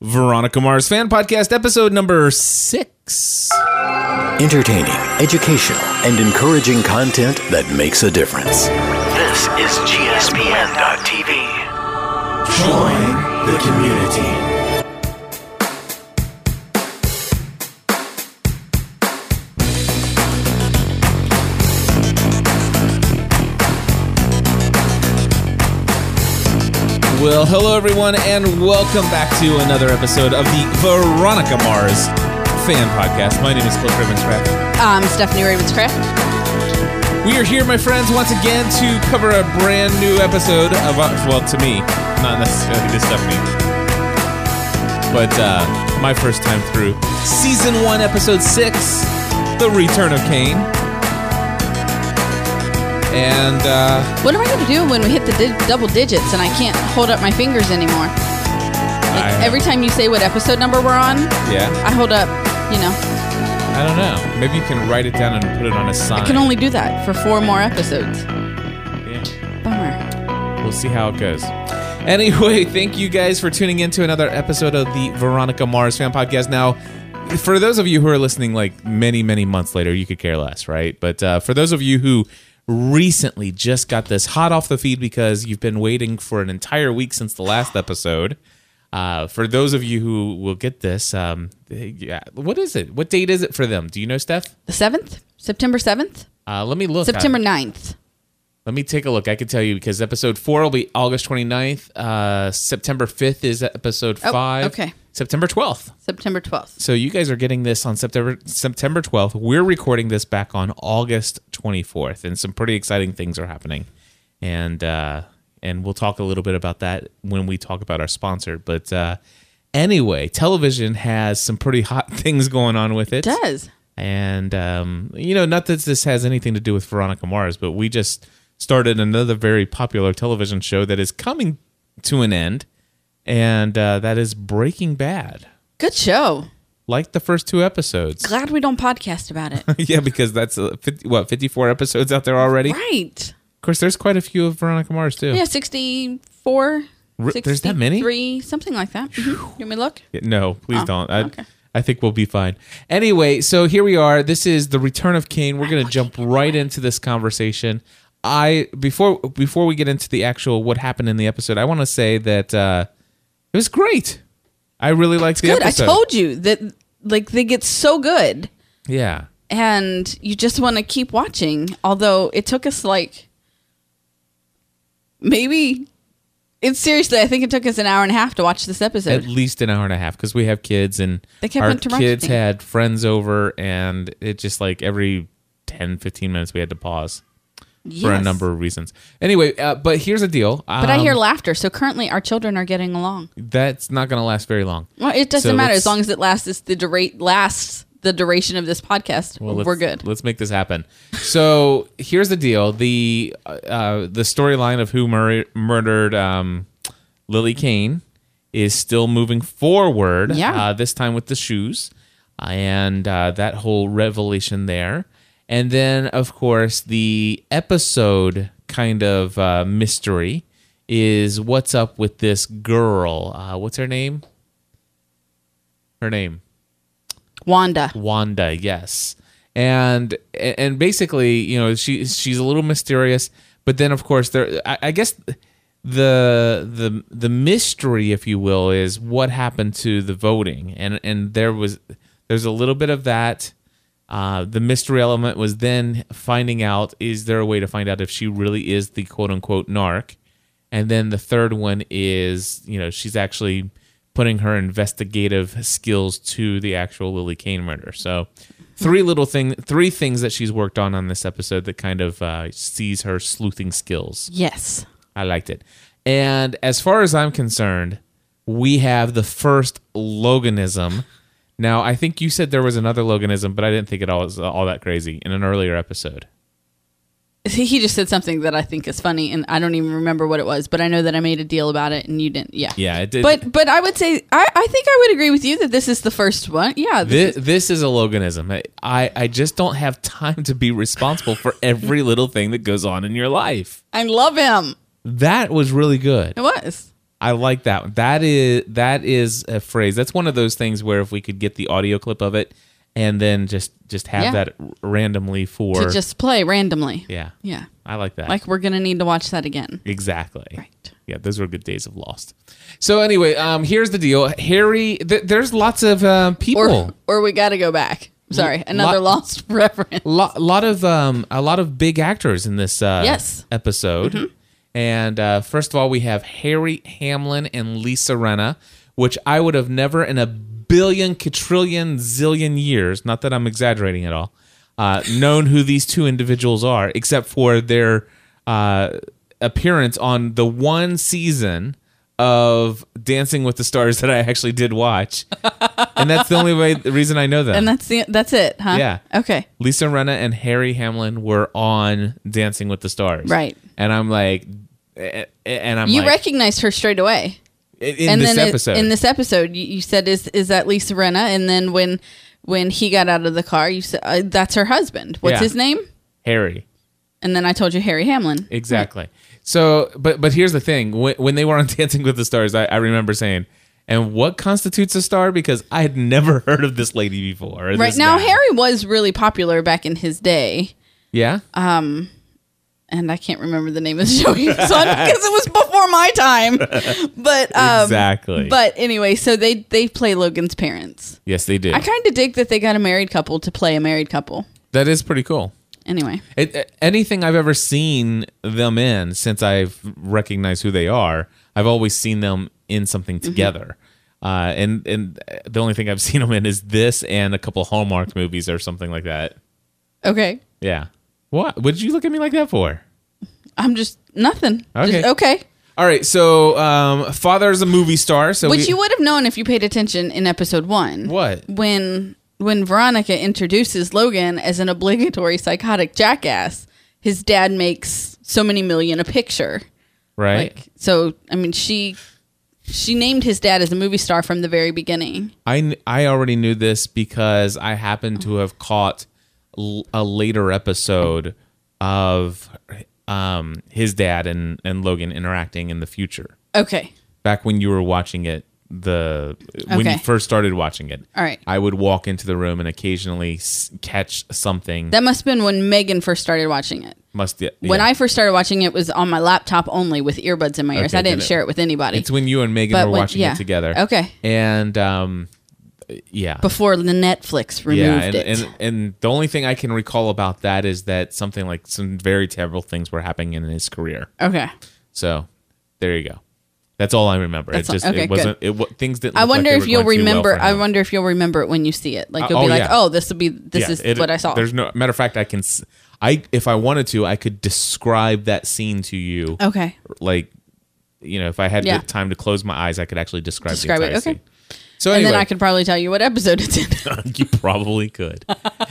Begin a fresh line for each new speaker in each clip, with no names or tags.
Veronica Mars Fan Podcast, episode number six.
Entertaining, educational, and encouraging content that makes a difference.
This is GSPN.TV.
Join the community.
Well, hello everyone, and welcome back to another episode of the Veronica Mars Fan Podcast. My name is Cliff Ravenscraft.
Um, Stephanie Ravenscraft.
We are here, my friends, once again to cover a brand new episode of, uh, well, to me, not necessarily to Stephanie, but uh, my first time through season one, episode six, The Return of Kane. And, uh,
What am I going to do when we hit the di- double digits and I can't hold up my fingers anymore? Like,
I-
every time you say what episode number we're on,
yeah.
I hold up, you know.
I don't know. Maybe you can write it down and put it on a sign.
I can only do that for four more episodes.
Yeah.
Bummer.
We'll see how it goes. Anyway, thank you guys for tuning in to another episode of the Veronica Mars Fan Podcast. Now, for those of you who are listening, like many, many months later, you could care less, right? But uh, for those of you who recently just got this hot off the feed because you've been waiting for an entire week since the last episode, uh, for those of you who will get this, um, yeah, what is it? What date is it for them? Do you know, Steph?
The 7th? September 7th?
Uh, let me look. at
September
it.
9th.
Let me take a look. I can tell you because episode four will be August 29th. Uh, September 5th is episode
Oh,
five.
okay.
September 12th.
September 12th.
So you guys are getting this on September September 12th. We're recording this back on August 24th, and some pretty exciting things are happening. And uh, and we'll talk a little bit about that when we talk about our sponsor. But uh, anyway, television has some pretty hot things going on with it.
Does.
And um, you know, not that this has anything to do with Veronica Mars, but we just started another very popular television show that is coming to an end, and uh, that is Breaking Bad.
Good show.
Like the first two episodes,
Glad we don't podcast about it.
yeah, because that's uh, 50, what fifty-four episodes out there already.
right.
Of course, there's quite a few of Veronica Mars too.
Yeah, 64.
R- there's that many?
63, something like that. Mhm. You want me to look?
Yeah, No, please
Oh,
don't. I,
okay.
I think we'll be fine. Anyway, so here we are. This is the return of Kane. We're going to jump right into this conversation. I before before we get into the actual what happened in the episode, I want to say that uh, it was great. I really liked the
Good.
episode.
I told you that, like, they get so good.
Yeah,
and you just want to keep watching. Although it took us like maybe it's seriously, I think it took us an hour and a half to watch this
at
episode.
least an hour and a half because we have kids and
They kept
our
interrupting.
kids had friends over, and it just like every 10, 15 minutes we had to pause for a
Yes.
number of reasons. Anyway, uh, but here's the deal. Um,
But I hear laughter, so currently our children are getting along.
that's not going to last very long.
Well, it doesn't
So
matter
let's-
as long as it lasts it's the dura- lasts the duration of this podcast.
Well, let's-
we're good.
Let's make this happen. So here's the deal: the uh, the storyline of who mur- murdered um, Lily Kane is still moving forward.
Yeah.
Uh, this time with the shoes and uh, that whole revelation there, and then of course the episode kind of uh, mystery is what's up with this girl? Uh, what's her name? Her name.
Wanda,
Wanda, yes. And and basically, you know, she she's a little mysterious, but then of course there I, I guess the the the mystery, if you will, is what happened to the voting. And and there was there's a little bit of that. Uh, the mystery element was then finding out is there a way to find out if she really is the quote unquote narc? And then the third one is, you know, she's actually putting her investigative skills to the actual Lily Kane murder. So, three little thing, three things that she's worked on on this episode that kind of uh, sees her sleuthing skills.
yes,
I liked it. And as far as I'm concerned, we have the first Loganism. Now, I think you said there was another Loganism, but I didn't think it all was all that crazy in an earlier episode.
he he just said something that I think is funny, and I don't even remember what it was, but I know that I made a deal about it, and you didn't. Yeah,
Yeah, it did.
But but I would say I, I think I would agree with you that this is the first one. Yeah, this
This, this is a Loganism. I- I, I just don't have time to be responsible for every little thing that goes on in your life.
I love him.
That was really good.
It was.
I like that. one. That is that is a phrase. That's one of those things where if we could get the audio clip of it and then just just have
Yeah.
that r- randomly for
to just play randomly.
yeah.
Yeah.
I like that.
Like we're going to need to watch that again.
Exactly.
Right.
Yeah, those were good days of Lost. So anyway, um, here's the deal. Harry, th- there's lots of um,
Or
people,
or we got to go back. Sorry, another
lot-
lost reference.
a lot, lot of um, a lot of big actors in this uh,
Yes. Mm-hmm.
episode. And uh, first of all, we have Harry Hamlin and Lisa Renna, which I would have never in a billion, quadrillion, zillion years. Not that I'm exaggerating at all. Uh, known who these two individuals are, except for their uh, appearance on the one season of Dancing with the Stars that I actually did watch, and that's the only way the reason I know them.
And that's the that's it, huh?
Yeah.
Okay.
Lisa Renna and Harry Hamlin were on Dancing with the Stars.
Right.
And I'm like, eh, eh, and I'm
You
like,
recognized her straight away.
in
and
this
then it-
episode.
in this episode, you, you said is is that Lisa Renna? And then when when he got out of the car, you said uh, that's her husband. What's
Yeah.
his name?
Harry.
And then I told you Harry Hamlin.
Exactly. So, but but here's the thing: when, when they were on Dancing with the Stars, I, I remember saying, "And what constitutes a star?" Because I had never heard of this lady before. or
Right
this
now,
guy.
Harry was really popular back in his day,
Yeah.
Um, and I can't remember the name of the show he was on because it was before my time. But um,
Exactly.
But anyway, so they they play Logan's parents.
yes, they did.
I kind of dig that they got a married couple to play a married couple.
that is pretty cool.
Anyway,
It, uh, anything I've ever seen them in since I've recognized who they are, I've always seen them in something together. Uh, and and uh, the only thing I've seen them in is this and a couple Hallmark movies or something like that.
okay.
Yeah. What? What did you look at me like that for?
I'm just nothing. Just,
Okay.
okay.
All right. So um, father is a movie star. So
Which
we-
you would have known if you paid attention in episode one.
What?
When when Veronica introduces Logan as an obligatory psychotic jackass, his dad makes so many million a picture.
right.
Like so I mean she she named his dad as a movie star from the very beginning.
I kn- I already knew this because I happened to have caught l- a later episode of um his dad and and Logan interacting in the future.
Okay.
Back when you were watching it, the when you
Okay.
first started watching it.
All right.
I would walk into the room and occasionally s- catch something.
That must have been when Megan first started watching it.
must yeah,
When I first started watching it was on my laptop only with earbuds in my ears.
Okay,
I didn't
then it-
share it with anybody.
It's when you and Megan
But
were
when-
watching
yeah.
it together.
Okay.
And um yeah.
before the Netflix removed
yeah, and,
it.
and and the only thing I can recall about that is that something like some very terrible things were happening in his career.
okay.
So there you go. That's all I remember.
That's
it
all-
just
okay,
it wasn't it wa- things didn't.
I
look like
wonder
they
if
were
you'll
going too well
remember.
for
I
him.
wonder if you'll remember it when you see it. Like you'll
oh,
be like,
yeah.
"Oh, this will be this
Yeah,
is
it-
what I saw."
There's no matter of fact. I can s- I if I wanted to, I could describe that scene to you.
Okay,
Like you know, if I had
Oh. Yeah.
the time to close my eyes, I could actually describe,
Describe
the
it,
entire
okay.
scene. So
and
anyway,
then I could probably tell you what episode it's in.
you probably could.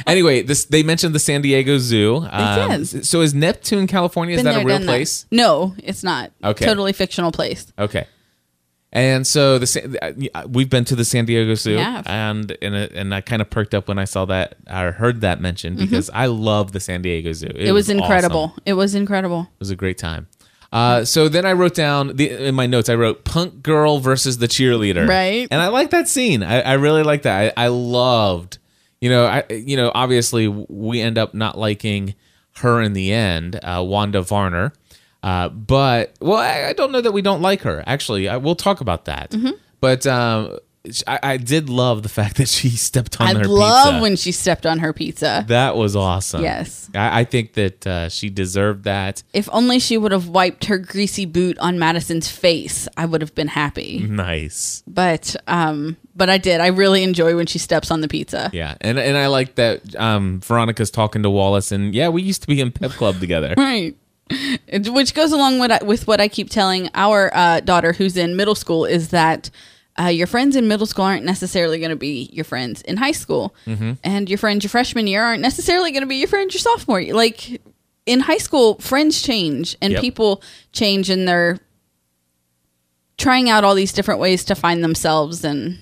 anyway, this they mentioned the San Diego Zoo. Um,
did.
s- So is Neptune, California? Is
Been
that
there,
a real
done that.
place?
No, it's not.
Okay.
totally fictional place.
Okay. And so the Sa- uh, we've been to the San Diego Zoo,
We have.
and and it- and I kind of perked up when I saw that or heard that mentioned because I love the San Diego Zoo.
Mm-hmm. It, was,
awesome.
incredible. It was incredible.
It was a great time. Uh, so then I wrote down the, in my notes. I wrote "Punk Girl versus the Cheerleader,"
Right.
And I like that scene. I, I really like that. I, I loved, you know, I you know, obviously we end up not liking her in the end, uh, Wanda Varner. Uh, but well, I, I don't know that we don't like her. Actually, I, we'll talk about that.
Mm-hmm.
But um, sh- I, I did love the fact that she stepped on
I
her
love
pizza.
when she stepped on her pizza.
that was awesome.
Yes.
I, I think that uh, she deserved that.
If only she would have wiped her greasy boot on Madison's face, I would have been happy.
Mm-hmm. Nice.
But um, but I did. I really enjoy when she steps on the pizza.
Yeah, and and I like that um, Veronica's talking to Wallace, and yeah, we used to be in Pep Club together.
right It- which goes along with, I- with what i keep telling our uh, daughter who's in middle school is that uh, your friends in middle school aren't necessarily going to be your friends in high school
Mm-hmm.
and your friends your freshman year aren't necessarily going to be your friends your sophomore year like in high school friends change and
Yep.
people change and they're trying out all these different ways to find themselves and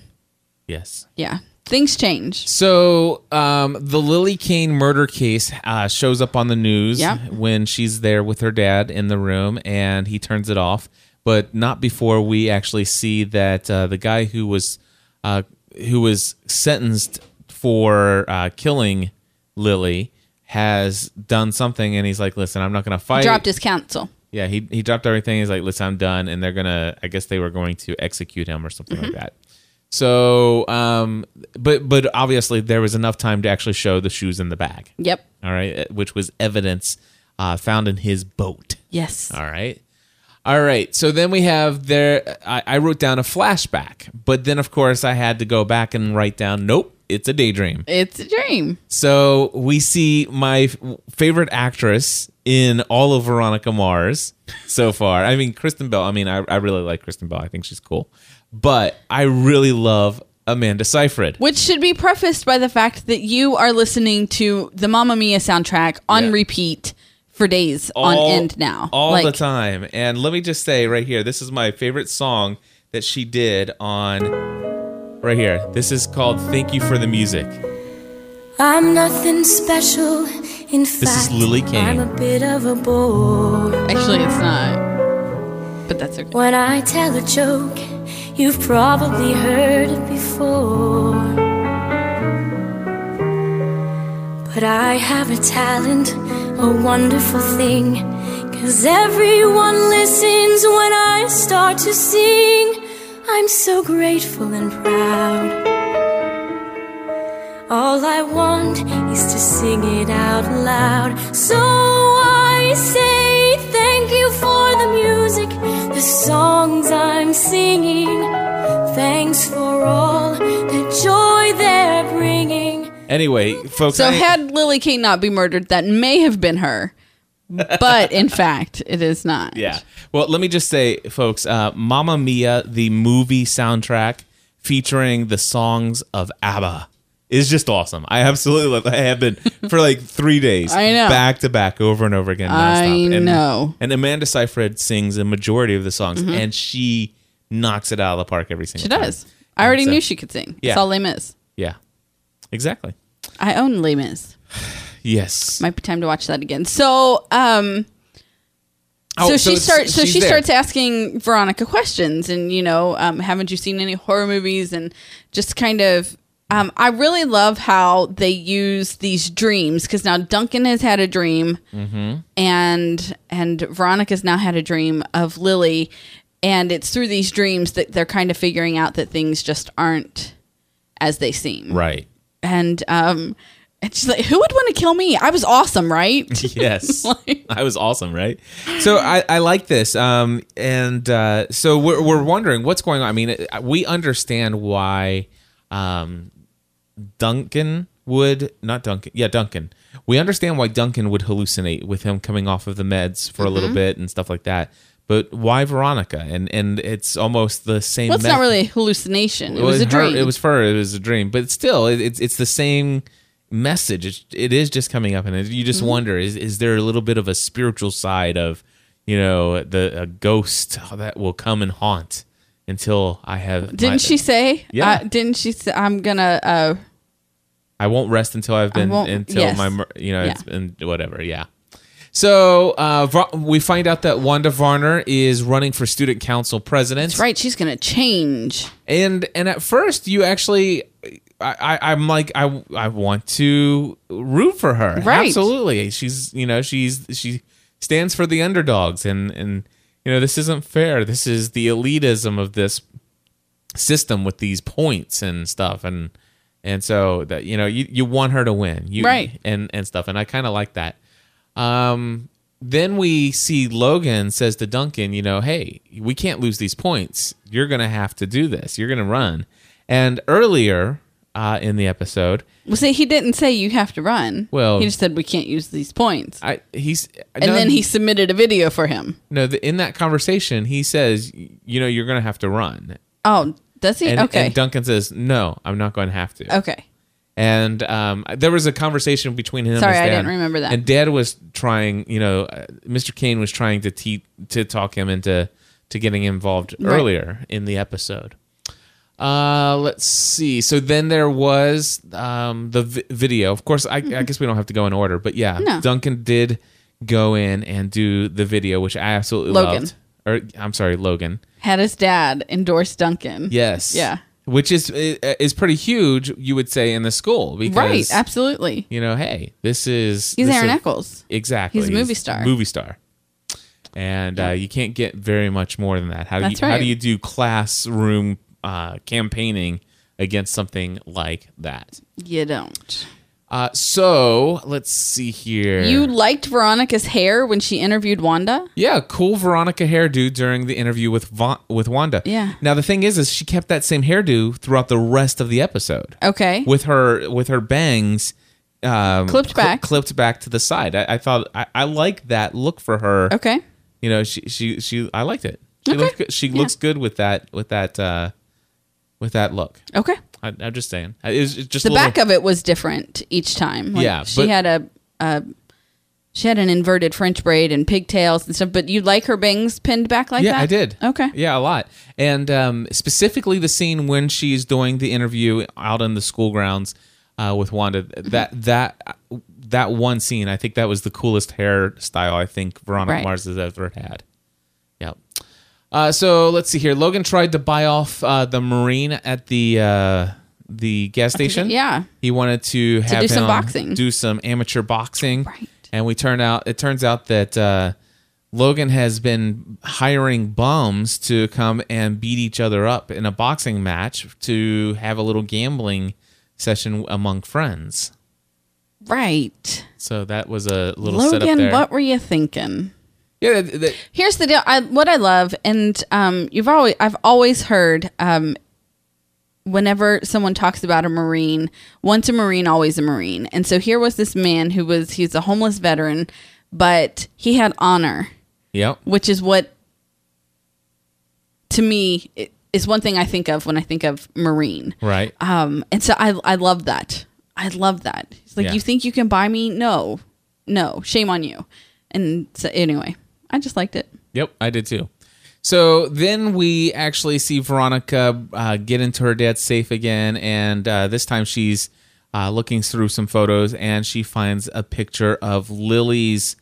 Yes.
yeah things change
So um, the Lily Kane murder case uh, shows up on the news
Yep.
when she's there with her dad in the room, and he turns it off. but not before we actually see that uh, the guy who was uh, who was sentenced for uh, killing Lily has done something, and he's like, "Listen, I'm not going to fight."
dropped his counsel.
Yeah, he, he dropped everything. He's like, listen, I'm done. And they're going to, I guess they were going to execute him or something like that. So, um, but, but obviously there was enough time to actually show the shoes in the bag.
Yep.
All right. Uh, Which was evidence uh, found in his boat.
Yes.
All right. All right. So then we have there, I, I wrote down a flashback, but then of course I had to go back and write down, nope, it's a daydream.
It's a dream.
So we see my f- favorite actress in all of Veronica Mars so far. I mean, Kristen Bell. I mean, I, I really like Kristen Bell. I think she's cool. But I really love Amanda Seyfried.
Which should be prefaced by the fact that you are listening to the Mamma Mia soundtrack on
Yeah.
repeat for days
All-
on end now.
All
Like,
the time. And let me just say right here this is my favorite song that she did on. Right here. This is called Thank You for the Music.
I'm nothing special. In fact,
is Lily Kane.
I'm a bit of a bore.
Actually, it's not. But that's okay.
When I tell a joke, you've probably heard it before. But I have a talent, a wonderful thing. Cause everyone listens when I start to sing. I'm so grateful and proud. All I want is to sing it out loud. So I say thank you for the music, the songs I'm singing. Thanks for all the joy they're bringing.
Anyway, folks.
So
I-
had Lily Kane not be murdered, that may have been her. But in fact, it is not.
Yeah. Well, let me just say, folks, uh, Mamma Mia, the movie soundtrack featuring the songs of ABBA is just awesome. I absolutely love it. I have been for like three days.
I know.
Back to back, over and over again.
I
nonstop. and,
know. Mm-hmm.
And Amanda Seyfried sings a majority of the songs, and she knocks it out of the park every single
She
time.
does. I already
So-
knew she could sing.
Yeah.
It's all Les Mis.
Yeah. Exactly.
I own Les Mis.
Yes.
Might be time to watch that again. So, um,
Oh,
so, she
it's-
starts. So
she's
she
there.
starts asking Veronica questions, and you know, um, haven't you seen any horror movies? And just kind of, um, I really love how they use these dreams because now Duncan has had a dream,
Mm-hmm.
and and Veronica's now had a dream of Lily, and it's through these dreams that they're kind of figuring out that things just aren't as they seem,
Right.
and um, and she's like, "Who would want to kill me? I was awesome, right?"
yes i was awesome right so i, I like this um, and uh, so we're, we're wondering what's going on i mean uh, we understand why um, duncan would not duncan yeah duncan we understand why duncan would hallucinate with him coming off of the meds for a
Mm-hmm.
little bit and stuff like that but why veronica and and it's almost the same
Well, it's
meth-
not really a hallucination. It was a
her-
dream.
it was for her. It was a dream, but still, it, it's it's the same message. It's, it is just coming up, and it- you
Mm-hmm.
just wonder: is is there a little bit of a spiritual side of you know the a ghost that will come and haunt until I have?
didn't
my-
she say?
Yeah.
Uh, didn't she say, I'm gonna, uh,
I won't rest until I've been
won't-
until
yes.
my mur- you know
Yeah.
it's been whatever. Yeah. So uh, Var- we find out that Wanda Varner is running for student council president.
right, she's gonna change.
and and at first you actually I, I, I'm like I I want to root for her.
Right.
Absolutely. She's you know, she's she stands for the underdogs and and you know, this isn't fair. This is the elitism of this system with these points and stuff and and so that you know, you, you want her to win. You
Right.
and and stuff and I kind of like that. Um then we see Logan says to Duncan, you know, hey, we can't lose these points. You're going to have to do this. You're going to run. And earlier uh, in the episode,
Well, see, he didn't say you have to run.
Well-
he just said we can't use these points.
I he's
and then he submitted a video for him.
no the, in that conversation he says, you know, you're going to have to run.
Oh, does he?
And,
okay,
and Duncan says, no, I'm not going to have to.
okay.
And um, there was a conversation between him.
Sorry,
and his
I
dad.
didn't remember that.
And Dad was trying, you know, uh, Mr. Kane was trying to te- to talk him into to getting involved
Right.
earlier in the episode. Uh, let's see. So then there was um, the vi- video. Of course, I, I guess we don't have to go in order, but yeah,
Mm-hmm. No.
Duncan did go in and do the video, which I absolutely
Logan.
loved. or I'm sorry, Logan.
Had his dad endorse Duncan.
Yes.
Yeah.
Which is is pretty huge, you would say, in the school because
Right. Absolutely.
you know, hey, this is
He's
this
Aaron
is-
Eccles.
Exactly.
He's a movie star.
Movie star. And uh, you can't get very much more than that. How do you
That's
how
right.
do you do classroom uh, campaigning against something like that?
You don't.
Uh, so let's see here.
You liked Veronica's hair when she interviewed Wanda?
yeah, cool Veronica hairdo during the interview with Va- with Wanda.
Yeah.
Now the thing is, is she kept that same hairdo throughout the rest of the episode.
Okay.
with her with her bangs um,
Clipped back.
clipped back to the side. I, I thought I, I like that look for her.
okay.
you know she she she I liked it. She,
Okay.
looked good. she looks good with that with that uh, with that look.
Okay.
I, I'm just saying. I- It's, it's just a
The
little-
back of it was different each time. Like,
Yeah,
She
but-
had a, a she had an inverted French braid and pigtails and stuff, but you like her bangs pinned back like
Yeah,
that?
I did.
Okay.
Yeah, a lot. And um, specifically the scene when she's doing the interview out in the school grounds uh, with Wanda.
Mm-hmm.
That that that one scene, I think that was the coolest hairstyle I think Veronica
Right.
Mars has ever had. Yep. Uh, so let's see here. Logan tried to buy off uh, the Marine at the uh, the gas station.
yeah.
He wanted to have
do some
him
boxing.
do some amateur boxing.
Right.
And we turn out it turns out that uh, Logan has been hiring bums to come and beat each other up in a boxing match to have a little gambling session among friends.
Right.
So that was a little setup
Logan,
there.
what were you thinking?
yeah, that, that-
Here's the deal. I, what I love, and um, you've always, I've always heard, um, whenever someone talks about a Marine, once a Marine, always a Marine. And so here was this man who was, he's a homeless veteran, but he had honor,
yep.
which is what, to me, i- is one thing I think of when I think of Marine.
Right.
Um, and so I, I love that. I love that. It's like,
Yeah.
you think you can buy me? No, no, shame on you. And so anyway, I just liked it.
Yep, I did too. So then we actually see Veronica uh, get into her dad's safe again, and uh, this time she's uh, looking through some photos and she finds a picture of Lily's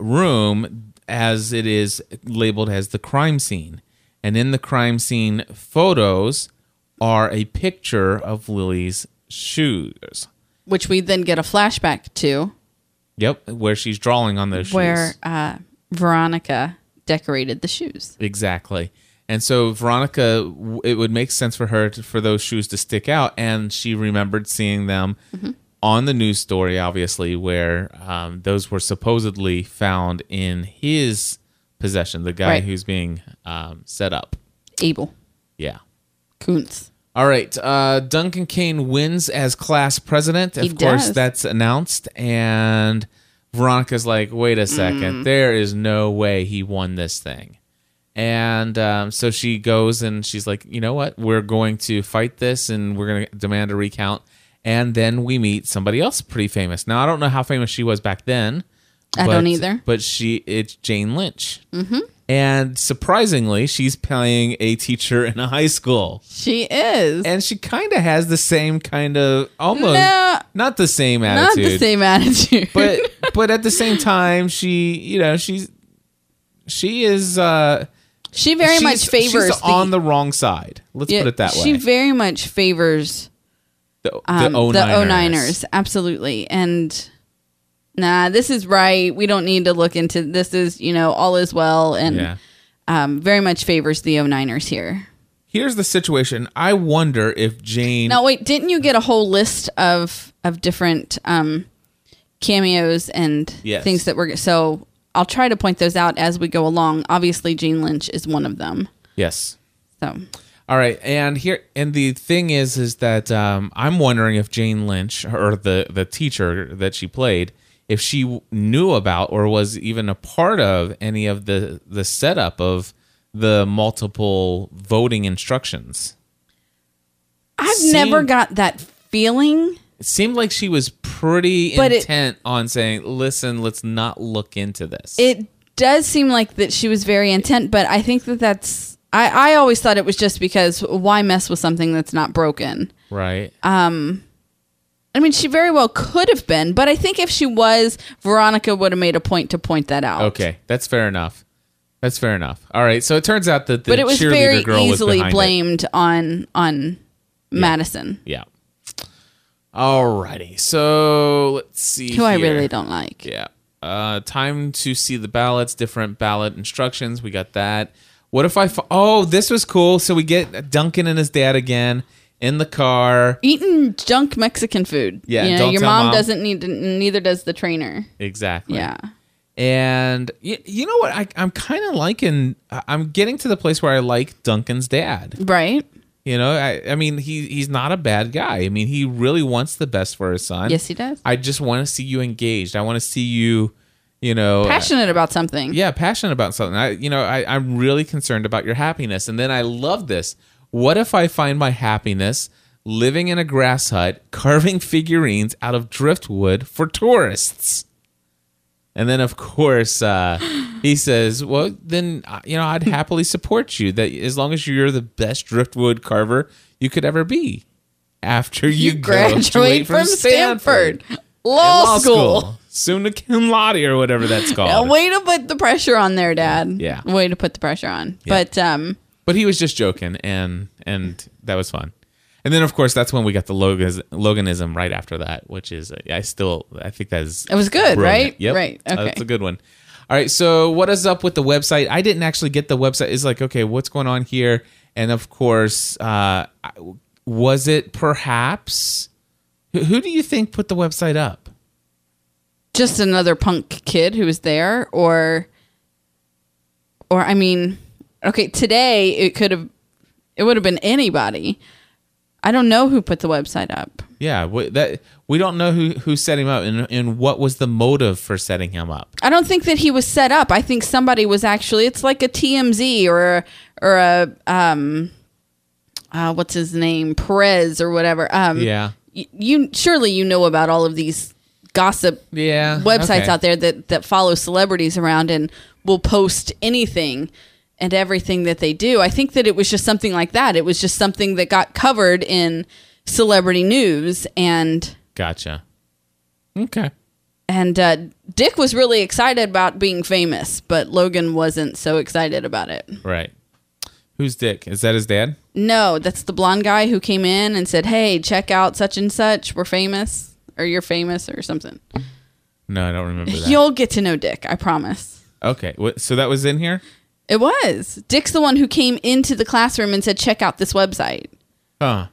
room as it is labeled as the crime scene. And in the crime scene photos are a picture of Lily's shoes.
which we then get a flashback to
Yep, where she's drawing on those shoes.
where uh, Veronica decorated the shoes.
Exactly. And so Veronica, w- it would make sense for her to, for those shoes to stick out, and she remembered seeing them on the news story, obviously, where um, those were supposedly found in his possession, the guy
Right.
who's being um, set up.
Abel
Yeah.
Kuntz.
All right. Uh, Duncan Kane wins as class president. Of
He
course,
does.
that's announced. And Veronica's like, wait a second.
Mm.
There is no way he won this thing. And um, so she goes and she's like, you know what? We're going to fight this and we're going to demand a recount. And then we meet somebody else pretty famous. Now, I don't know how famous she was back then.
I don't either.
But she, it's Jane Lynch. Mm-hmm. And surprisingly, she's playing a teacher in a high school
She is
and she kind of has the same kind of almost
No.
not the same
not
attitude
the same attitude.
but but at the same time she you know she's she is uh
she very
she's-
much favors
she's on the wrong side let's
yeah,
put it that
She
way
very much favors
the,
um, the,
O-niners.
O-Niners. Absolutely. And nah, this is right. We don't need to look into this is, you know, all is well and
yeah
um, very much favors the O-Niners here.
here's the situation i wonder if jane
Now wait, didn't you get a whole list of of different um cameos and
Yes.
things that were so I'll try to point those out as we go along. Obviously Gene Lynch is one of them.
yes
So
All right, and here and the thing is, is that um, I'm wondering if Jane Lynch or the the teacher that she played, if she w- knew about or was even a part of any of the the setup of the multiple voting instructions.
I've
Seem-
never got that feeling.
It seemed like she was pretty
But it-
intent on saying, "Listen, let's not look into this."
It does seem like that she was very intent, but I think that that's I, I always thought it was just because why mess with something that's not broken?
right?
I mean, she very well could have been, but I think if she was, Veronica would have made a point to point that out.
okay, that's fair enough. That's fair enough. All right. So it turns out that the
but it was
cheerleader
very
girl was
easily
behind it.
blamed on on Madison,
Yeah. All righty. So let's see.
who I
here.
really don't like.
Yeah. Uh, time to see the ballots. Different ballot instructions. We got that. What if I? Fa- oh, this was cool. So we get Duncan and his dad again in the car.
Eating junk Mexican food.
Yeah,
You know,
don't
your
tell
mom,
mom.
doesn't need. To, neither does the trainer.
Exactly.
Yeah.
And you, you know what? I, I'm kind of liking. I- I'm getting to the place where I like Duncan's dad.
Right.
You know, I, I mean, he he's not a bad guy. I mean, he really wants the best for his son.
Yes, he does.
I just want to see you engaged. I want to see you, you know, uh,
Passionate about something.
yeah, passionate about something. I, you know, I, I'm really concerned about your happiness. And then I love this. What if I find my happiness living in a grass hut, carving figurines out of driftwood for tourists? And then, of course, uh, he says, "Well, then, uh, you know, I'd happily support you. That as long as you're the best driftwood carver you could ever be, after you,
You, graduate from, Stanford,
Law,
Law,
school.
School.
soon to cum laude or whatever that's called."
A way to put the pressure on there, Dad.
Yeah.
Way to put the pressure on. But um,
But he was just joking, and and that was fun. And then, of course, that's when we got the Logan's, Loganism right after that, which is uh, I still I think that is
It was good, right?
Yep, Uh,
Right, okay.
that's a good one. All right, so what is up with the website? I didn't actually get the website. It's like okay, what's going on here? And of course, uh, I- was it perhaps who- who do you think put the website up?
just another punk kid who was there, or, or I mean, okay, today it could have, it would have been anybody. I don't know who put the website up.
Yeah, wh- that we don't know who who set him up, and and what was the motive for setting him up?
I don't think that he was set up. I think somebody was actually. It's like a TMZ or a, or a um, uh, what's his name Perez or whatever. Um,
Yeah.
y- you surely you know about all of these gossip
Yeah,
websites
okay.
out there that that follow celebrities around and will post anything and everything that they do. I think that it was just something like that. It was just something that got covered in celebrity news and
Gotcha. Okay.
and uh, Dick was really excited about being famous, but Logan wasn't so excited about it.
Right. Who's Dick? Is that his dad?
No, that's the blonde guy who came in and said, "Hey, check out such and such. We're famous, or you're famous, or something."
No, I don't remember that.
You'll get to know Dick, I promise.
okay. wh- So that was in here?
It was Dick's the one who came into the classroom and said, "Check out this website."
Huh.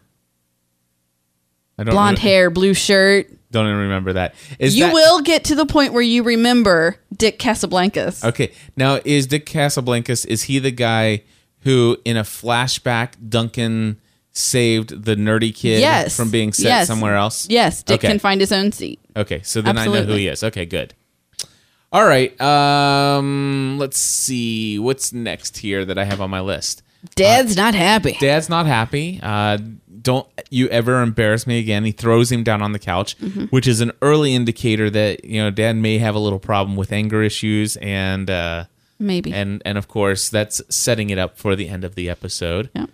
I don't
Blonde
re-
hair, blue shirt.
Don't even remember that. Is
you
that-
will get to the point where you remember Dick Casablancas.
Okay. Now is Dick Casablancas is he the guy who in a flashback Duncan saved the nerdy kid
Yes.
from being sent
Yes.
somewhere else?
Yes, Dick
Okay. Uh,
can find his own seat.
Okay, so then I know who
Absolutely.
he is. Okay, good. All right. Um let's see what's next here that I have on my list.
Dad's not happy.
Dad's not happy. Uh, don't you ever embarrass me again. He throws him down on the couch,
Mm-hmm.
which is an early indicator that you know Dad may have a little problem with anger issues, and uh,
Maybe.
and and of course that's setting it up for the end of the episode.
Yeah.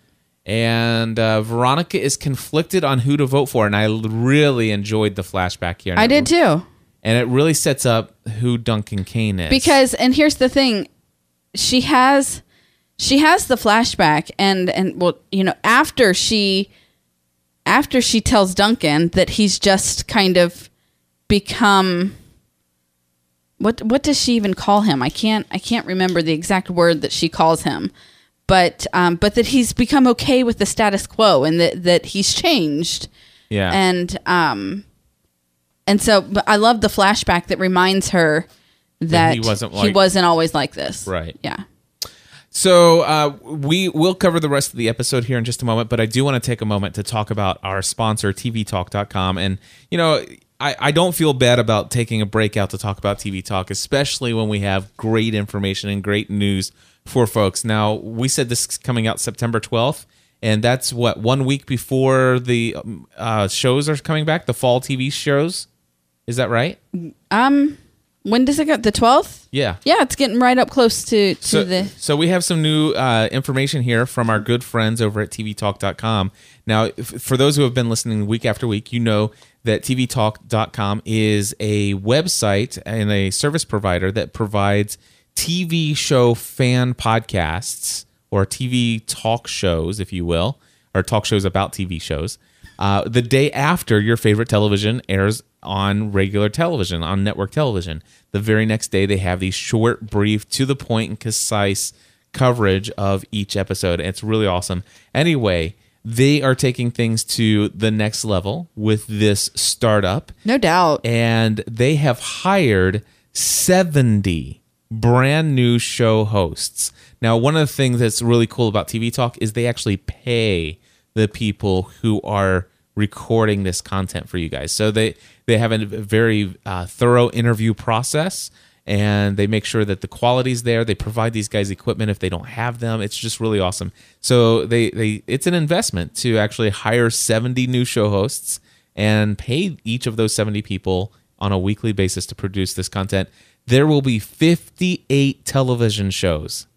And uh, Veronica is conflicted on who to vote for, and I l- really enjoyed the flashback here.
I did too.
and it really sets up who Duncan Kane is
because and here's the thing she has she has the flashback and and well you know after she after she tells duncan that he's just kind of become what what does she even call him i can't i can't remember the exact word that she calls him but um but that he's become okay with the status quo and that that he's changed
yeah,
and um and so but I love the flashback that reminds her that
he wasn't
he
like-
wasn't always like this.
Right.
Yeah.
So uh, we will cover the rest of the episode here in just a moment, but I do want to take a moment to talk about our sponsor, TVTalk.com. And, you know, I, I don't feel bad about taking a break out to talk about TV Talk, especially when we have great information and great news for folks. Now, we said this is coming out September 12th, and that's what, one week before the um, uh, shows are coming back, the fall TV shows? Is that right?
When does it go? The twelfth?
Yeah.
Yeah, it's getting right up close to, to
so,
the
so we have some new uh, information here from our good friends over at tvtalk.com now f- for those who have been listening week after week you know that tvtalk.com is a website and a service provider that provides TV show fan podcasts or TV talk shows, if you will, or talk shows about TV shows, uh, the day after your favorite television airs on regular television, on network television. The very next day, they have these short, brief, to the point, and concise coverage of each episode. It's really awesome. Anyway, they are taking things to the next level with this startup
No doubt.
and they have hired 70 brand new show hosts. Now, one of the things that's really cool about TV Talk is they actually pay the people who are recording this content for you guys. So they they have a very uh, thorough interview process and they make sure that the quality's there. They provide these guys equipment if they don't have them. It's just really awesome. So they they it's an investment to actually hire 70 new show hosts and pay each of those 70 people on a weekly basis to produce this content. There will be 58 television shows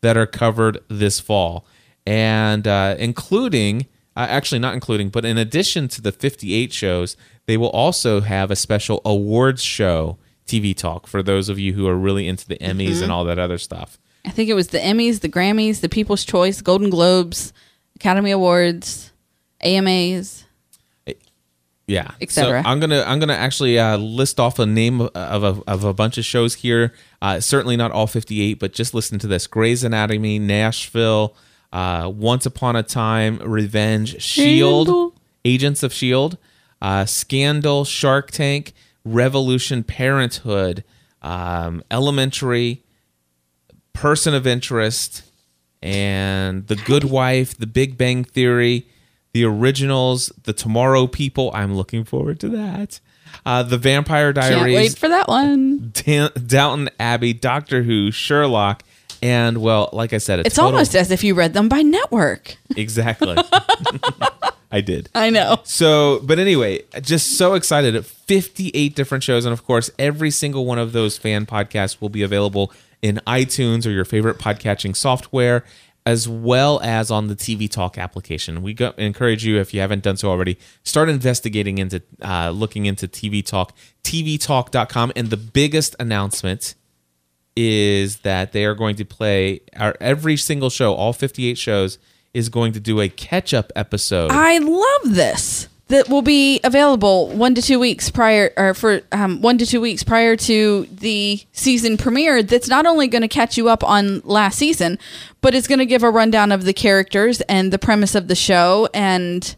that are covered this fall, and uh, including, uh, actually not including, but in addition to the 58 shows, they will also have a special awards show TV talk for those of you who are really into the Emmys and all that other stuff.
I think it was the Emmys, the Grammys, the People's Choice, Golden Globes, Academy Awards, AMAs.
yeah
et
So
cetera.
i'm gonna i'm gonna actually uh, list off a name of a, of a bunch of shows here uh, certainly not all 58 but just listen to this gray's anatomy nashville uh, once upon a time revenge shield
Scandal.
E agents of shield uh, scandal shark tank revolution parenthood um, elementary person of interest and the good wife the big bang theory the originals the tomorrow people i'm looking forward to that uh, the vampire
Can't wait
diaries
for that one.
Dan- downton abbey doctor who sherlock and well like i said a
It's
total-
almost as if you read them by network.
exactly i did
I know.
so, but anyway, just so excited at 58 different shows. And of course, every single one of those fan podcasts will be available in iTunes or your favorite podcatching software, as well as on the TV Talk application. We go, encourage you, if you haven't done so already, start investigating into uh, looking into TV Talk, tvtalk.com. And the biggest announcement is that they are going to play our, every single show, all 58 shows, is going to do a catch up episode.
I love this. That will be available one to two weeks prior, or for um, one to two weeks prior to the season premiere. That's not only going to catch you up on last season, but it's going to give a rundown of the characters and the premise of the show. And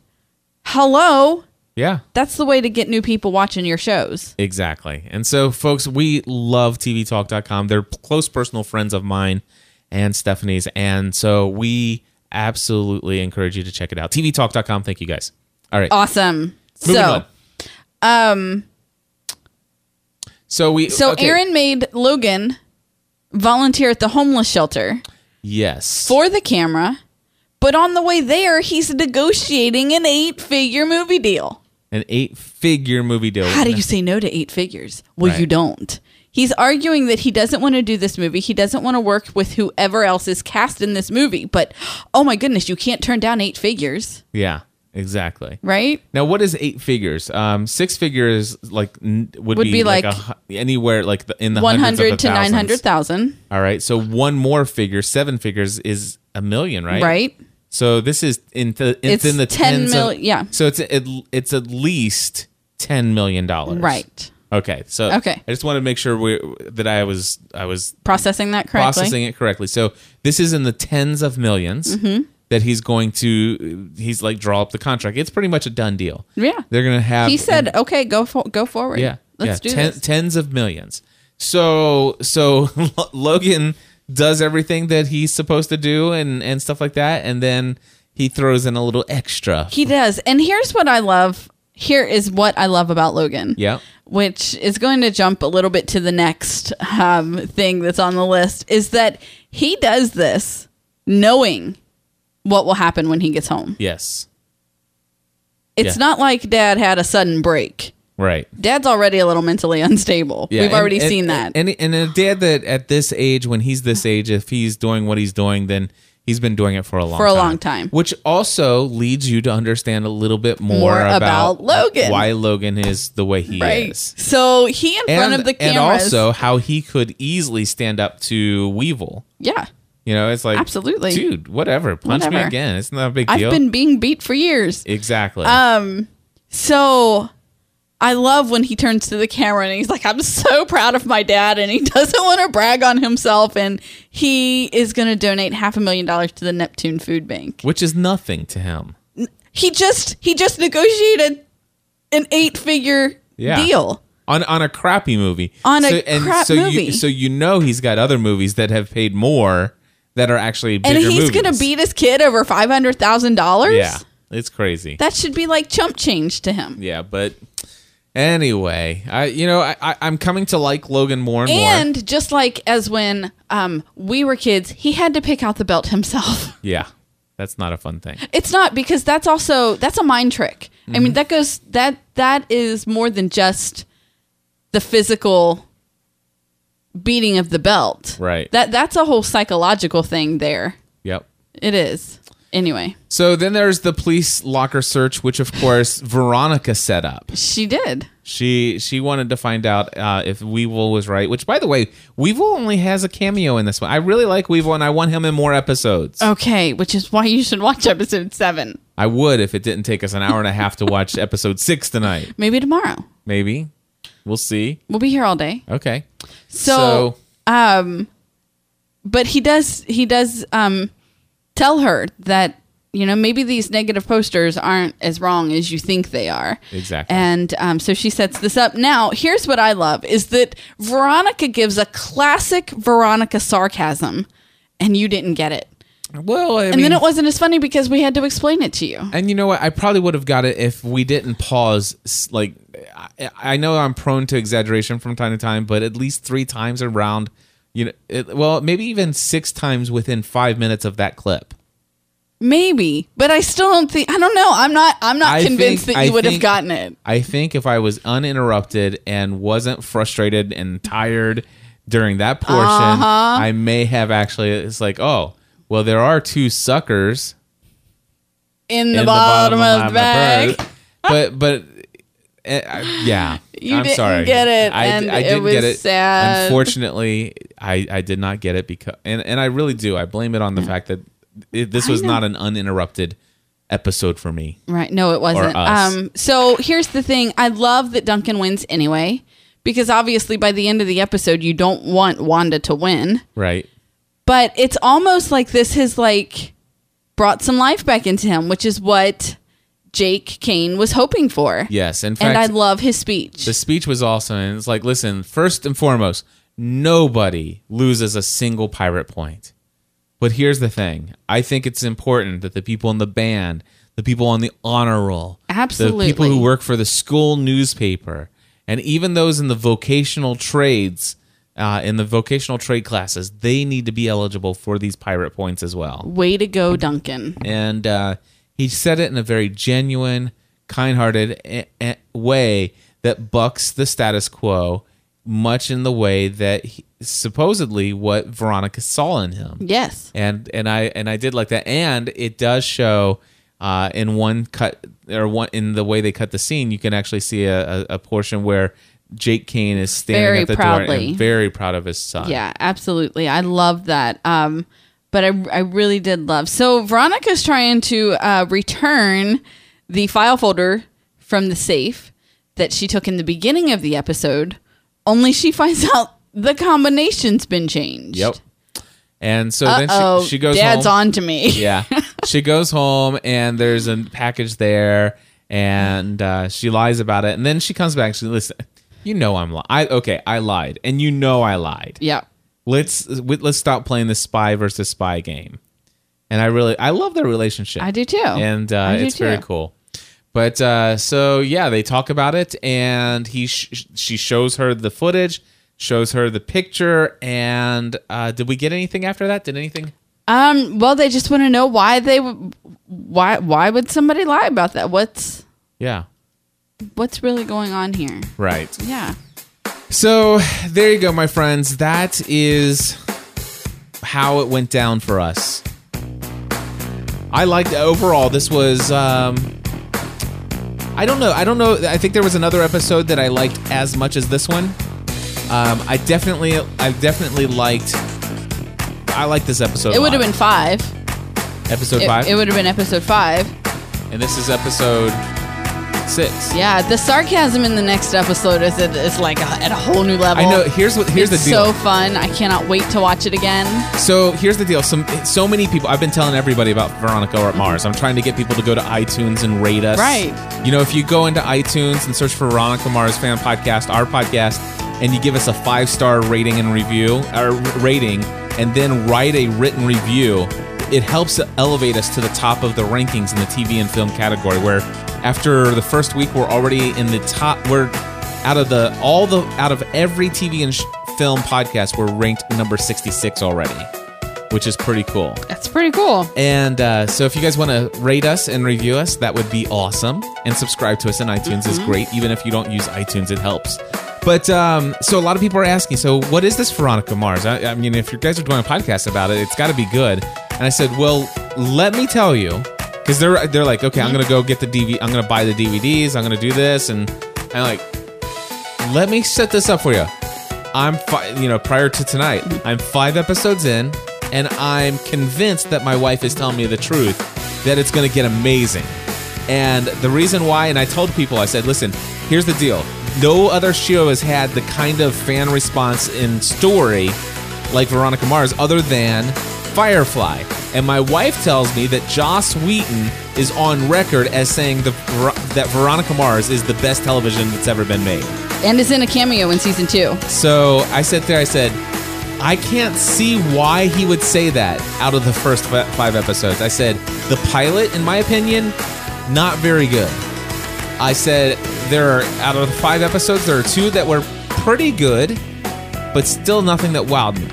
hello,
yeah.
that's the way to get new people watching your shows.
Exactly. And so, folks, we love TVTalk.com. They're close personal friends of mine and Stephanie's. And so we absolutely encourage you to check it out. TVTalk.com. Thank you guys. All right.
Awesome.
moving
so, um,
on. Um, so we.
so
okay.
Aaron made Logan volunteer at the homeless shelter.
Yes.
for the camera, but on the way there, he's negotiating an eight figure movie deal.
an eight figure movie deal.
How do you say no to eight figures? Well,
Right.
you don't. He's arguing that he doesn't want to do this movie. He doesn't want to work with whoever else is cast in this movie. But oh my goodness, you can't turn down eight figures,
Yeah, exactly.
right?
Now, what is eight figures? Um, six figures like n- would,
Would
be,
be
like,
like
a hu- anywhere like the, in the
One
hundreds of
hundred
the
to nine
thousands.
hundred thousand,
All right. So one more figure, seven figures, is a million, right?
right?
So this is in the it's,
It's
in the
10
tens
mil-
of-
yeah.
So it's at, it's at least ten million dollars.
Right.
Okay. So
Okay.
I just wanted to make sure we, that I was I was
Processing that correctly.
processing it correctly. So this is in the tens of 1000000s
Mm-hmm.
that he's going to he's like draw up the contract. It's pretty much a done deal.
Yeah.
They're gonna have.
He said, "Okay, go for, go forward.
Yeah.
let's
yeah.
do
Ten-
this."
Tens of millions. So so Logan does everything that he's supposed to do and and stuff like that, and then he throws in a little extra.
He does. And here's what I love. Here is what I love about Logan.
Yeah.
Which is going to jump a little bit to the next um, thing that's on the list is that he does this knowing what will happen when he gets home.
yes.
It's
Yeah.
not like dad had a sudden break.
Right.
Dad's already a little mentally unstable.
Yeah,
We've
and-
already
and-
seen that.
And and a dad that at this age, when he's this age, if he's doing what he's doing, then He's been doing it for a long
For a long time.
which also leads you to understand a little bit more,
More
about,
about Logan.
why Logan is the way he
Right.
is,
So he in front of the
and
cameras.
also how he could easily stand up to Weevil.
yeah.
You know, it's like
Absolutely.
dude. Whatever, punch me
Whatever.
again. It's not a big
I've
deal.
been Uh, being beat for years.
exactly.
So I love when he turns to the camera and he's like, I'm so proud of my dad. And he doesn't want to brag on himself. And he is going to donate half a million dollars to the Neptune Food Bank.
which is nothing to him.
He just, he just negotiated an eight figure
Yeah.
deal.
on on a crappy movie.
On a crap
so
movie.
You, so you know he's got other movies that have paid more that are actually bigger
And he's
movies.
going to beat his kid over $500,000.
Yeah, it's crazy.
That should be like chump change to him.
yeah, but anyway, I you know I, I I'm coming to like Logan more and, more.
And just like as when um, we were kids, he had to pick out the belt himself.
Yeah, that's not a fun thing.
It's not because that's also that's a mind trick. I mean, that goes that that is more than just the physical beating of the belt.
Right.
That that's a whole psychological thing there.
Yep.
It is. Anyway,
So then there's the police locker search, which of course Veronica set up.
she did.
She she wanted to find out uh, if Weevil was right. Which, by the way, Weevil only has a cameo in this one. I really like Weevil, and I want him in more episodes.
Okay, which is why you should watch episode 7
I would if it didn't take us an hour and a half to watch episode six tonight.
maybe tomorrow.
Maybe. We'll see.
We'll be here all day.
Okay.
So, but he does he does um tell her that you know maybe these negative posters aren't as wrong as you think they are
Exactly.
and um, so she sets this up now here's what i love is that veronica gives a classic veronica sarcasm and you didn't get it
well, I
and then it wasn't as funny because we had to explain it to you
And you know what? I probably would have got it if we didn't pause. s- Like, I, I know I'm prone to exaggeration from time to time, but at least three times around, you know, it, well, maybe even six times within five minutes of that clip.
maybe but i still don't think i don't know i'm not i'm not
I
convinced
think-
that you
I
would have
think-
gotten it
I think if I was uninterrupted and wasn't frustrated and tired during that portion, I may have actually. It's like, oh, well, there are two suckers
in the,
in
bottom, of
my
the bag
purse. but but. eh, I- yeah,
You
I'm
didn't
sorry.
get it,
I,
and
I
it
did
was
get it.
sad.
Unfortunately, I, I did not get it because, and, and I really do. I blame it on
Mm.
the fact that it, this was not an uninterrupted episode for me.
Right. No, it wasn't.
us.
Um, so here's the thing. I love that Duncan wins anyway, because obviously by the end of the episode, you don't want Wanda to win.
Right?
But it's almost like this has like brought some life back into him, which is what Jake Kane was hoping for.
Yes. In fact,
And I love his speech.
The speech was awesome. And it's like, listen, first and foremost, nobody loses a single pirate point. But here's the thing I think it's important that the people in the band, the people on the honor roll, the people
Absolutely.
who work for the school newspaper, and even those in the vocational trades, uh, in the vocational trade classes, they need to be eligible for these pirate points as well
Way to go, Duncan.
and uh, he said it in a very genuine, kind-hearted eh, eh, way that bucks the status quo, much in the way that he, supposedly what Veronica saw in him.
Yes.
And and I and I did like that, and it does show. Uh, in one cut or one in the way they cut the scene, you can actually see a, a, a portion where Jake Kane is standing
Very
at the door
proudly.
and very proud of his son.
Yeah, absolutely. I love that. Um, but I, I really did love. So Veronica's trying to uh, return the file folder from the safe that she took in the beginning of the episode, only she finds out the combination's been changed.
Yep. And so
Uh-oh,
then she, she goes.
Dad's
home.
on to me.
Yeah. she goes home and there's a package there and uh, she lies about it. And then she comes back. She listen, you know I'm li- I okay, I lied. And you know I lied.
Yep.
Let's we, let's stop playing the spy versus spy game. And I really I love their relationship.
I do too.
And uh,
I do
it's very
too.
cool. But uh, so yeah, they talk about it and he sh- she shows her the footage, shows her the picture and uh, did we get anything after that? Did anything
Um. Well, they just want to know why they would. Why? Why would somebody lie about that? What's
Yeah.
What's really going on here?
Right.
Yeah.
So there you go, my friends. That is how it went down for us I liked overall. This was. Um, I don't know. I don't know. I think there was another episode that I liked as much as this one. Um, I definitely, I definitely liked. I like this episode. a
It would have
lot.
been five.
episode
It-
five,
it would have been episode five.
and this is episode six.
Yeah, the sarcasm in the next episode is it is like a, at a whole new level.
I know. Here's what. Here's
it's
the deal.
so fun. I cannot wait to watch it again.
So here's the deal. Some so many people. I've been telling everybody about Veronica or at Mars. I'm trying to get people to go to iTunes and rate us.
Right.
You know, if you go into iTunes and search for Veronica Mars Fan Podcast, our podcast, and you give us a five star rating and review or rating, and then write a written review, it helps elevate us to the top of the rankings in the TV and film category. Where after the first week, we're already in the top. We're out of the all the out of every TV and sh- film podcast, we're ranked number sixty six already, which is pretty cool.
That's pretty cool.
And uh, so, if you guys want to rate us and review us, that would be awesome. And subscribe to us on iTunes is great. Even if you don't use iTunes, it helps. But um, so, a lot of people are asking, so what is this Veronica Mars? I, I mean, if you guys are doing a podcast about it, it's got to be good. And I said, well, let me tell you, because they're they're like, okay, I'm gonna go get the DVD, I'm gonna buy the DVDs, I'm gonna do this, and I'm like, let me set this up for you. I'm, fi- you know, prior to tonight, I'm five episodes in, and I'm convinced that my wife is telling me the truth, that it's going to get amazing. And the reason why, and I told people, I said, listen, here's the deal. No other show has had the kind of fan response in story like Veronica Mars other than Firefly. And my wife tells me that Joss Wheaton is on record as saying the, that Veronica Mars is the best television that's ever been made.
And is in a cameo in season two.
So I sat there, I said, I can't see why he would say that out of the first fi- five episodes. I said, the pilot, in my opinion, not very good. I said, there are, out of the five episodes, there are two that were pretty good, but still nothing that wowed me.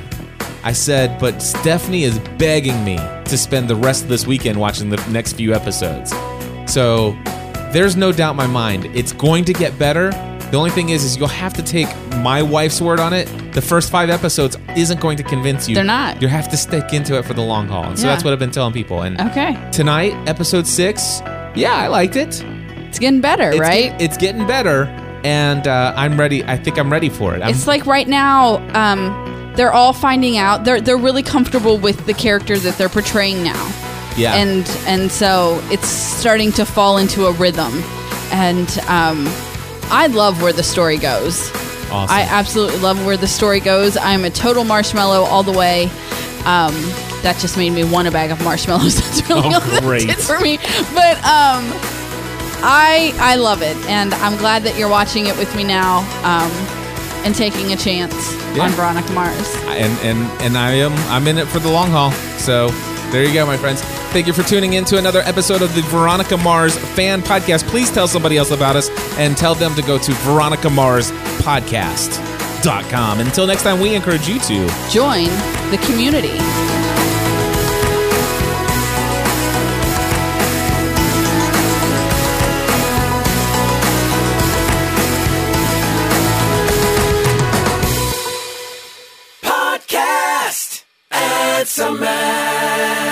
I said, but Stephanie is begging me to spend the rest of this weekend watching the next few episodes. So there's no doubt in my mind. It's going to get better. The only thing is, is you'll have to take my wife's word on it. The first five episodes isn't going to convince you.
They're not.
You have to stick into it for the long haul. And so
Yeah.
that's what I've been telling people. And
Okay,
tonight, episode six, yeah, I liked it.
it's getting better,
It's
right?
get- it's getting better. And uh, I'm ready. I think I'm ready for it. I'm,
it's like right now, um, they're all finding out. They're they're really comfortable with the character that they're portraying now.
yeah.
and and so it's starting to fall into a rhythm and um, i love where the story goes
Awesome.
i absolutely love where the story goes i'm a total marshmallow all the way um, that just made me want a bag of marshmallows that's really
Oh,
all that
great.
did for me but um, i i love it and i'm glad that you're watching it with me now um, and taking a chance
Yeah.
on veronica mars
and and and I am I'm in it for the long haul. So there you go, my friends. Thank you for tuning in to another episode of the Veronica Mars Fan Podcast. Please tell somebody else about us and tell them to go to Veronica Mars Podcast.com. Until next time, we encourage you to
join the community
Podcast. Add some man.